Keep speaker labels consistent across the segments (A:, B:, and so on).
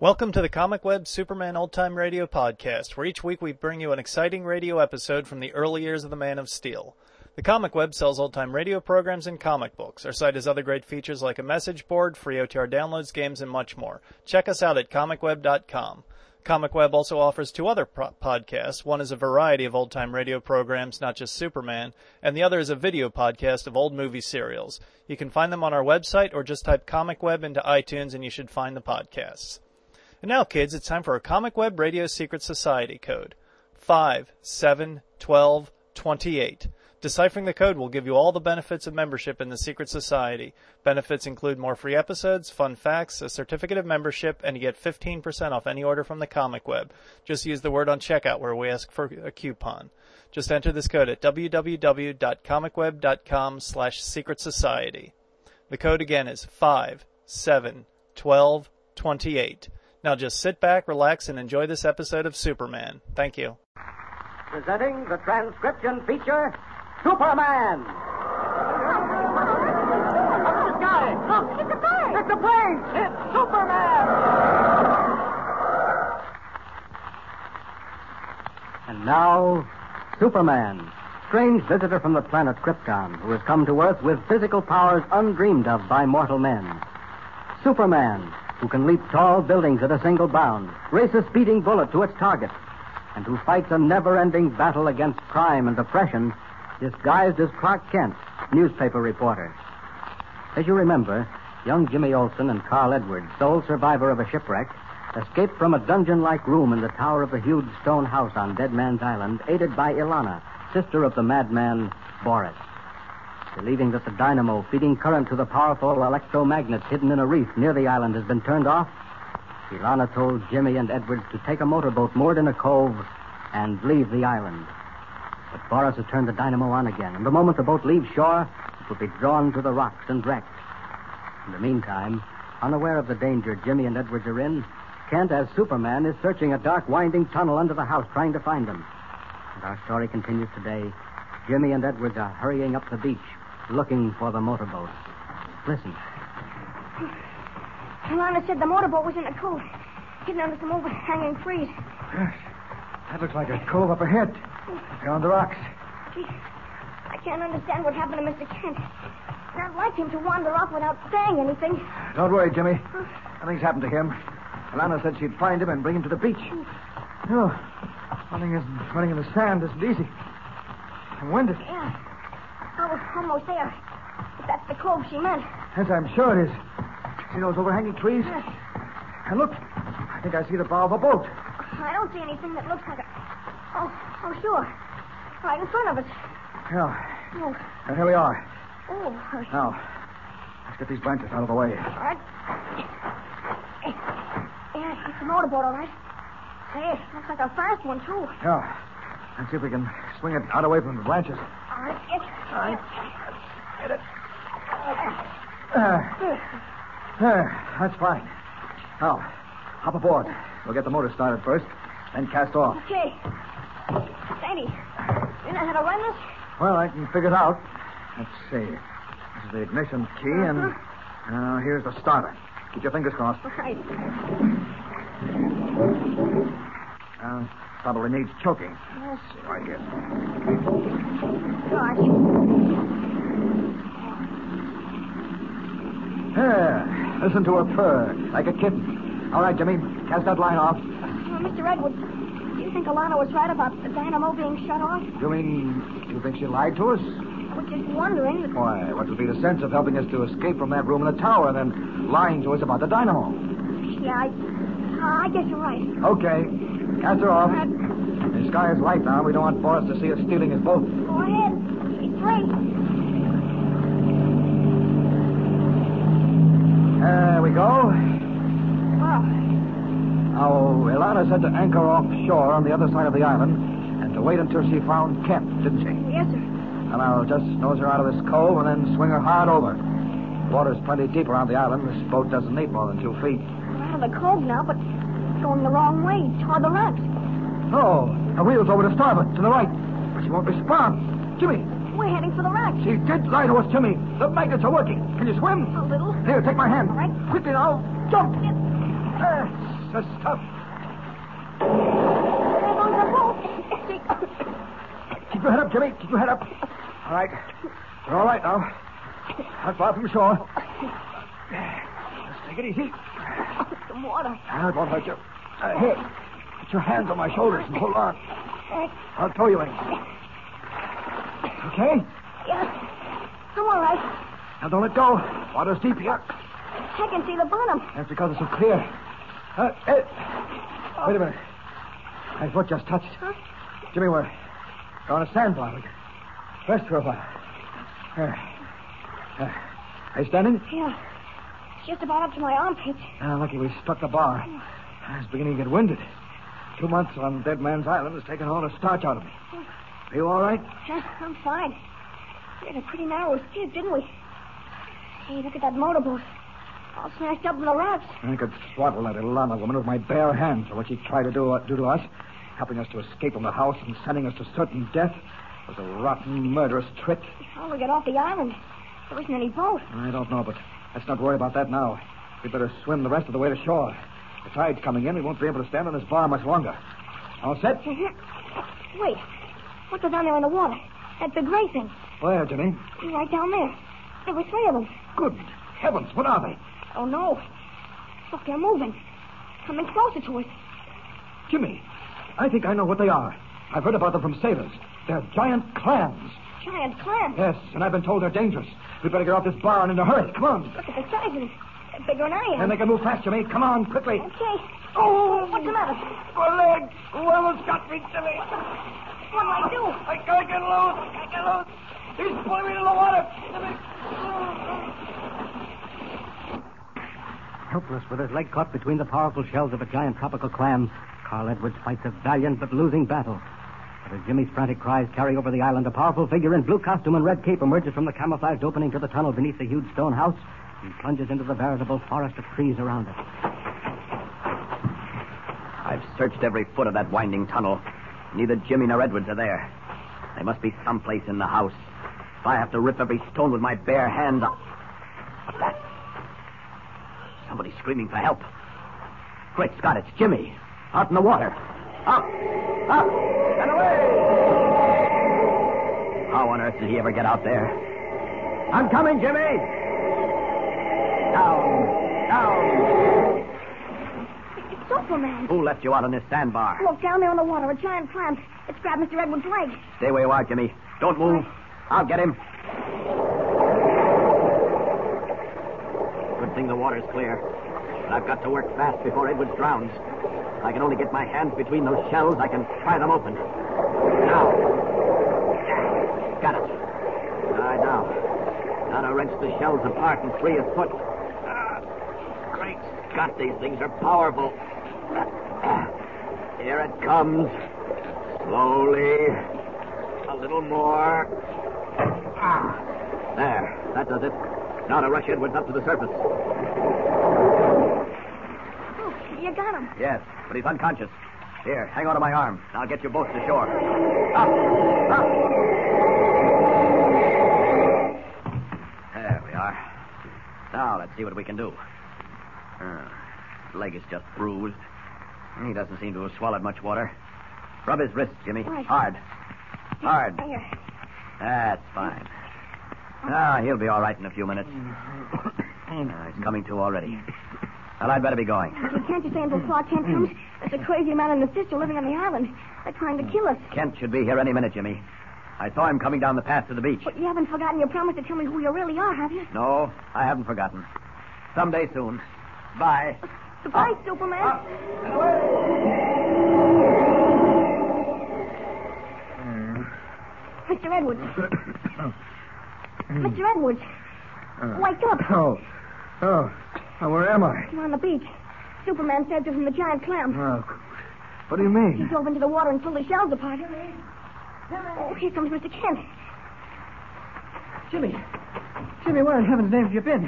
A: Welcome to the Comic Web Superman Old Time Radio Podcast, where each week we bring you an exciting radio episode from the early years of the Man of Steel. The Comic Web sells old time radio programs and comic books. Our site has other great features like a message board, free OTR downloads, games, and much more. Check us out at comicweb.com. Comic Web also offers two other pro- podcasts. One is a variety of old time radio programs, not just Superman, and the other is a video podcast of old movie serials. You can find them on our website or just type Comic Web into iTunes and you should find the podcasts. And now, kids, it's time for our Comic Web Radio Secret Society code 5, 7, 12, 28. Deciphering the code will give you all the benefits of membership in the Secret Society. Benefits include more free episodes, fun facts, a certificate of membership, and you get 15% off any order from the Comic Web. Just use the word on checkout where we ask for a coupon. Just enter this code at www.comicweb.com slash secret society. The code again is 5, 7, 12, 28. Now just sit back, relax, and enjoy this episode of Superman. Thank you.
B: Presenting the transcription feature, Superman. Up the sky! Look, Oh, it's a plane! It's a plane! It's Superman! And now, Superman, strange visitor from the planet Krypton, who has come to Earth with physical powers undreamed of by mortal men. Superman, who can leap tall buildings at a single bound, race a speeding bullet to its target, and who fights a never-ending battle against crime and oppression, disguised as Clark Kent, newspaper reporter. As you remember, young Jimmy Olsen and Carl Edwards, sole survivor of a shipwreck, escaped from a dungeon-like room in the tower of the huge stone house on Dead Man's Island, aided by Ilana, sister of the madman Boris. Believing that the dynamo feeding current to the powerful electromagnet hidden in a reef near the island has been turned off, Ilana told Jimmy and Edwards to take a motorboat moored in a cove and leave the island. But Boris had turned the dynamo on again, and the moment the boat leaves shore, it will be drawn to the rocks and wrecked. In the meantime, unaware of the danger Jimmy and Edwards are in, Kent, as Superman, is searching a dark, winding tunnel under the house, trying to find them. And our story continues today. Jimmy and Edwards are hurrying up the beach, looking for the motorboat. Listen.
C: Alana said the motorboat was in the cove, hidden under some overhanging trees.
D: Yes. That looks like a cove up ahead. They're on the rocks.
C: Gee, I can't understand what happened to Mr. Kent. Not like him to wander off without saying anything.
D: Don't worry, Jimmy. Nothing's happened to him. Alana said she'd find him and bring him to the beach. No. Running, is, running in the sand isn't easy. I'm winded.
C: Yeah, I was almost there. If that's the cove she meant.
D: Yes, I'm sure it is. See those overhanging trees? And look, I think I see the bow of a boat.
C: I don't see anything that looks like a. Oh, oh, sure. Right in front of us.
D: Yeah.
C: Oh,
D: And here we are.
C: oh, uh,
D: Now, let's get these branches out of the way.
C: all right. Eh, Yeah, it's a motorboat, all right. Say, it looks like a fast one, too. All
D: Yeah. Let's see if we can swing it out away from the branches.
C: right, yes. All right.
D: Get it. There. There. Uh, That's fine. Now, hop aboard. We'll get the motor started first, then cast off.
C: Okay. Sandy, you know how to run this?
D: Well, I can figure it out. Let's see. This is the ignition key, and uh, here's the starter. Keep your fingers crossed.
C: Right.
D: Uh, probably needs choking. Yes. I guess.
C: Gosh.
D: There. Listen to her purr, like a kitten. All right, Jimmy, cast that line off.
C: Well, Mr. Edwards, do you think Alana was right about the dynamo being shut off?
D: You mean you think she lied to us?
C: I was just wondering. That...
D: Why, what would be the sense of helping us to escape from that room in the tower and then lying to us about the dynamo?
C: Yeah, I, I guess you're right.
D: Okay, cast her off.
C: All right,
D: The sky is light now. We don't want Boris to see us stealing his boat.
C: go ahead. It's great.
D: There we go.
C: Wow.
D: Now, Ilana said to anchor offshore on the other side of the island and to wait until she found Kent, didn't she?
C: Yes, sir.
D: And I'll just nose her out of this cove and then swing her hard over. Water's plenty deep around the island. This boat doesn't need more than two feet.
C: I'm out of the cove now, but it's going the wrong way toward the rocks.
D: Oh, her wheel's over to starboard, to the right. But she won't respond. Jimmy,
C: We're heading for the rocks.
D: she did lie to us, Jimmy. The magnets are working. Can you swim?
C: A little.
D: Here, take my hand.
C: All right.
D: Quickly now, jump.
C: Yes.
D: Yes. Let's stop.
C: There goes the boat. There goes-
D: Keep your head up, Jimmy. Keep your head up. All right. We're all right now. Not far from shore. Just take it easy.
C: the water.
D: Ah, it won't hurt you. Uh, here, put your hands on my shoulders and hold on. I'll tow you in. Okay?
C: Yeah. I'm all right.
D: Now don't let go. Water's deep here.
C: I can see the bottom.
D: That's because it's so clear. Uh, eh, Wait a minute. My foot just touched. Jimmy, we're, we're on a sandbar. We can rest for a while. There. There. Are you standing?
C: Yeah. It's just about up to my armpits.
D: Ah, lucky we struck the bar. I was beginning to get winded. Two months on Dead Man's Island has taken all the starch out of me. Are you all right?
C: Huh, I'm fine. We had a pretty narrow skid, didn't we? Hey, look at that motorboat. All smashed up in the rocks.
D: I could throttle that Ilana woman with my bare hands for what she tried to do, do to us. Helping us to escape from the house and sending us to certain death was a rotten, murderous trick.
C: How we get off the island? There isn't any boat.
D: I don't know, but let's not worry about that now. We'd better swim the rest of the way to shore. The tide's coming in. We won't be able to stand on this bar much longer. All set?
C: Mhm. Wait. What's down there in the water? That big gray thing.
D: Where, Jimmy?
C: Right down there. There were three of them.
D: Good heavens, what are they?
C: Oh, no. Look, they're moving. Coming closer to us.
D: Jimmy, I think I know what they are. I've heard about them from sailors. They're giant clams.
C: Giant clams.
D: Yes, and I've been told they're dangerous. We'd better get off this bar and in a hurry. Come on.
C: Look at the size of them. They're bigger than I
D: And
C: am.
D: they can move fast, Jimmy. Come on, quickly.
C: Okay. Oh, what's the matter?
D: My leg. Whoever's got me, Jimmy.
C: What'll I do?
D: I gotta get loose. I gotta get loose. He's pulling me to the water. Jimmy.
B: Helpless with his leg caught between the powerful shells of a giant tropical clam, Carl Edwards fights a valiant but losing battle. But as Jimmy's frantic cries carry over the island, a powerful figure in blue costume and red cape emerges from the camouflaged opening to the tunnel beneath the huge stone house and plunges into the veritable forest of trees around it.
E: I've searched every foot of that winding tunnel. Neither Jimmy nor Edwards are there. They must be someplace in the house. If I have to rip every stone with my bare hands, I'll... What's that? Somebody screaming for help. Great Scott, it's Jimmy. Out in the water. Up! Up! And away! How on earth did he ever get out there? I'm coming, Jimmy! Down! Down!
C: It's Superman.
E: Who left you out on this sandbar?
C: Look, down there on the water, a giant clam. It's grabbed Mr. Edwards' leg.
E: Stay where you are, Jimmy. Don't move. I'll get him. Good thing the water's clear. But I've got to work fast before Edwards drowns. If I can only get my hands between those shells, I can pry them open. Now. Got it. All right, now. Now to wrench the shells apart and free his foot. Ah, great Scott, these things are powerful. Here it comes. Slowly. A little more. Ah. There. That does it. Now to rush Edwards up to the surface.
C: Oh, you got him.
E: Yes, but he's unconscious. Here, hang on to my arm. and I'll get you both to shore. Ah! Up! Up! There we are. Now let's see what we can do. Uh, his leg is just bruised. He doesn't seem to have swallowed much water. Rub his wrist, Jimmy.
C: Right.
E: Hard. Hard.
C: There.
E: That's fine. Ah, he'll be all right in a few minutes. Ah, he's coming to already. Well, I'd better be going.
C: You can't just say until Clark Kent
E: Hmm.
C: comes. There's a crazy man and his sister living on the island. They're trying to kill us.
E: Kent should be here any minute, Jimmy. I saw him coming down the path to the beach.
C: But you haven't forgotten your promise to tell me who you really are, have you?
E: No, I haven't forgotten. Someday soon. Bye.
C: Goodbye, Superman. Mr. Edwards. Mr. Edwards. Wake up.
D: Oh. Oh. Now, where am I?
C: You're on the beach. Superman saved you from the giant clam.
D: Oh, what do you
C: He
D: mean?
C: dove into the water and pulled the shells apart. Oh, here comes Mr. Kent.
D: Jimmy. Jimmy, where in heaven's name have you been?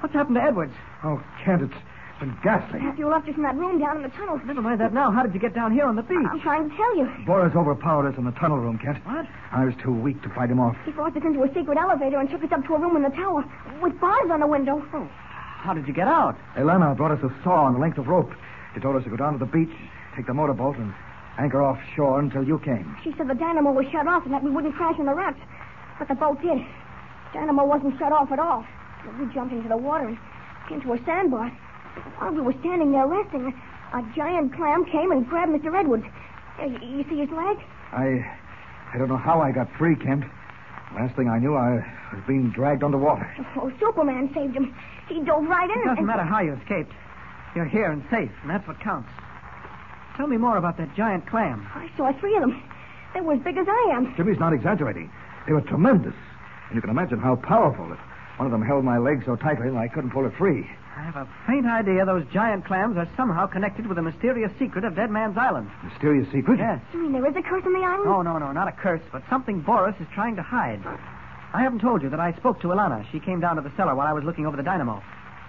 D: What's happened to Edwards? Oh, Kent, it's been ghastly.
C: After you left us in that room down in the tunnel,
D: Never mind that now. How did you get down here on the beach?
C: I'm trying to tell you.
D: Boris overpowered us in the tunnel room, Kent. What? I was too weak to fight him off.
C: He forced us into a secret elevator and took us up to a room in the tower with bars on the window.
D: Elena brought us a saw and a length of rope. She told us to go down to the beach, take the motorboat, and anchor offshore until you came.
C: She said the dynamo was shut off and that we wouldn't crash on the rocks. But the boat did. Dynamo wasn't shut off at all. So we jumped into the water and into a sandbar. While we were standing there resting, a, a giant clam came and grabbed Mr. Edwards. Uh, y- You see his leg?
D: I. I don't know how I got free, Kent. Last thing I knew, I was being dragged underwater.
C: Oh, Superman saved him. He dove right in
E: It
C: and...
E: doesn't matter how you escaped. You're here and safe, and that's what counts. Tell me more about that giant clam.
C: I saw three of them. They were as big as I am.
D: Jimmy's not exaggerating. They were tremendous. And you can imagine how powerful it. One of them held my leg so tightly that I couldn't pull it free.
E: I have a faint idea those giant clams are somehow connected with the mysterious secret of Dead Man's Island.
D: Mysterious secret?
E: Yes.
C: You mean there is a curse on the island?
E: No, no, no, not a curse, but something Boris is trying to hide. I haven't told you that I spoke to Ilana. She came down to the cellar while I was looking over the dynamo.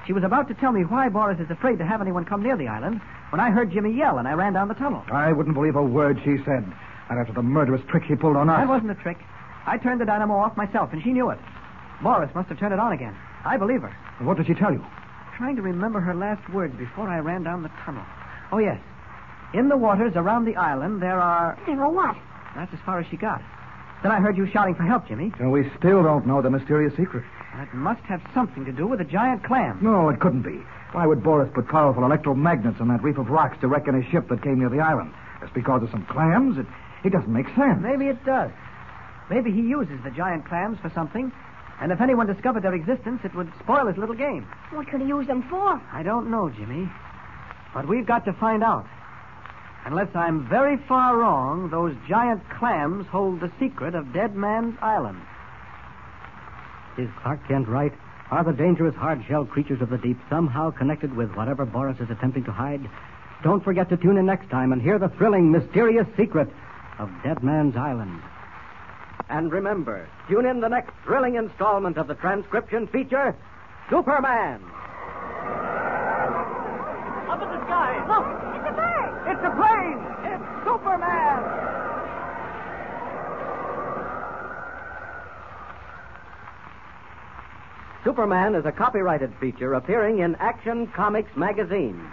E: She was about to tell me why Boris is afraid to have anyone come near the island when I heard Jimmy yell and I ran down the tunnel.
D: I wouldn't believe a word she said. Not after the murderous trick he pulled on us.
E: That wasn't a trick. I turned the dynamo off myself, and she knew it. Boris must have turned it on again. I believe her.
D: And What did she tell you?
E: Trying to remember her last words before I ran down the tunnel. Oh, yes. In the waters around the island, there are.
C: There are what?
E: That's as far as she got. Then I heard you shouting for help, Jimmy.
D: So we still don't know the mysterious secret.
E: That must have something to do with a giant clam.
D: No, it couldn't be. Why would Boris put powerful electromagnets on that reef of rocks to wreck any ship that came near the island? Just because of some clams? It, it doesn't make sense.
E: Maybe it does. Maybe he uses the giant clams for something. And if anyone discovered their existence, it would spoil his little game.
C: What could he use them for?
E: I don't know, Jimmy. But we've got to find out. Unless I'm very far wrong, those giant clams hold the secret of Dead Man's Island.
B: Is Clark Kent right? Are the dangerous hard-shell creatures of the deep somehow connected with whatever Boris is attempting to hide? Don't forget to tune in next time and hear the thrilling, mysterious secret of Dead Man's Island. And remember, tune in the next thrilling installment of the transcription feature, Superman.
E: Up in the sky! Look! It's a plane! It's a plane! It's Superman!
B: Superman is a copyrighted feature appearing in Action Comics magazine.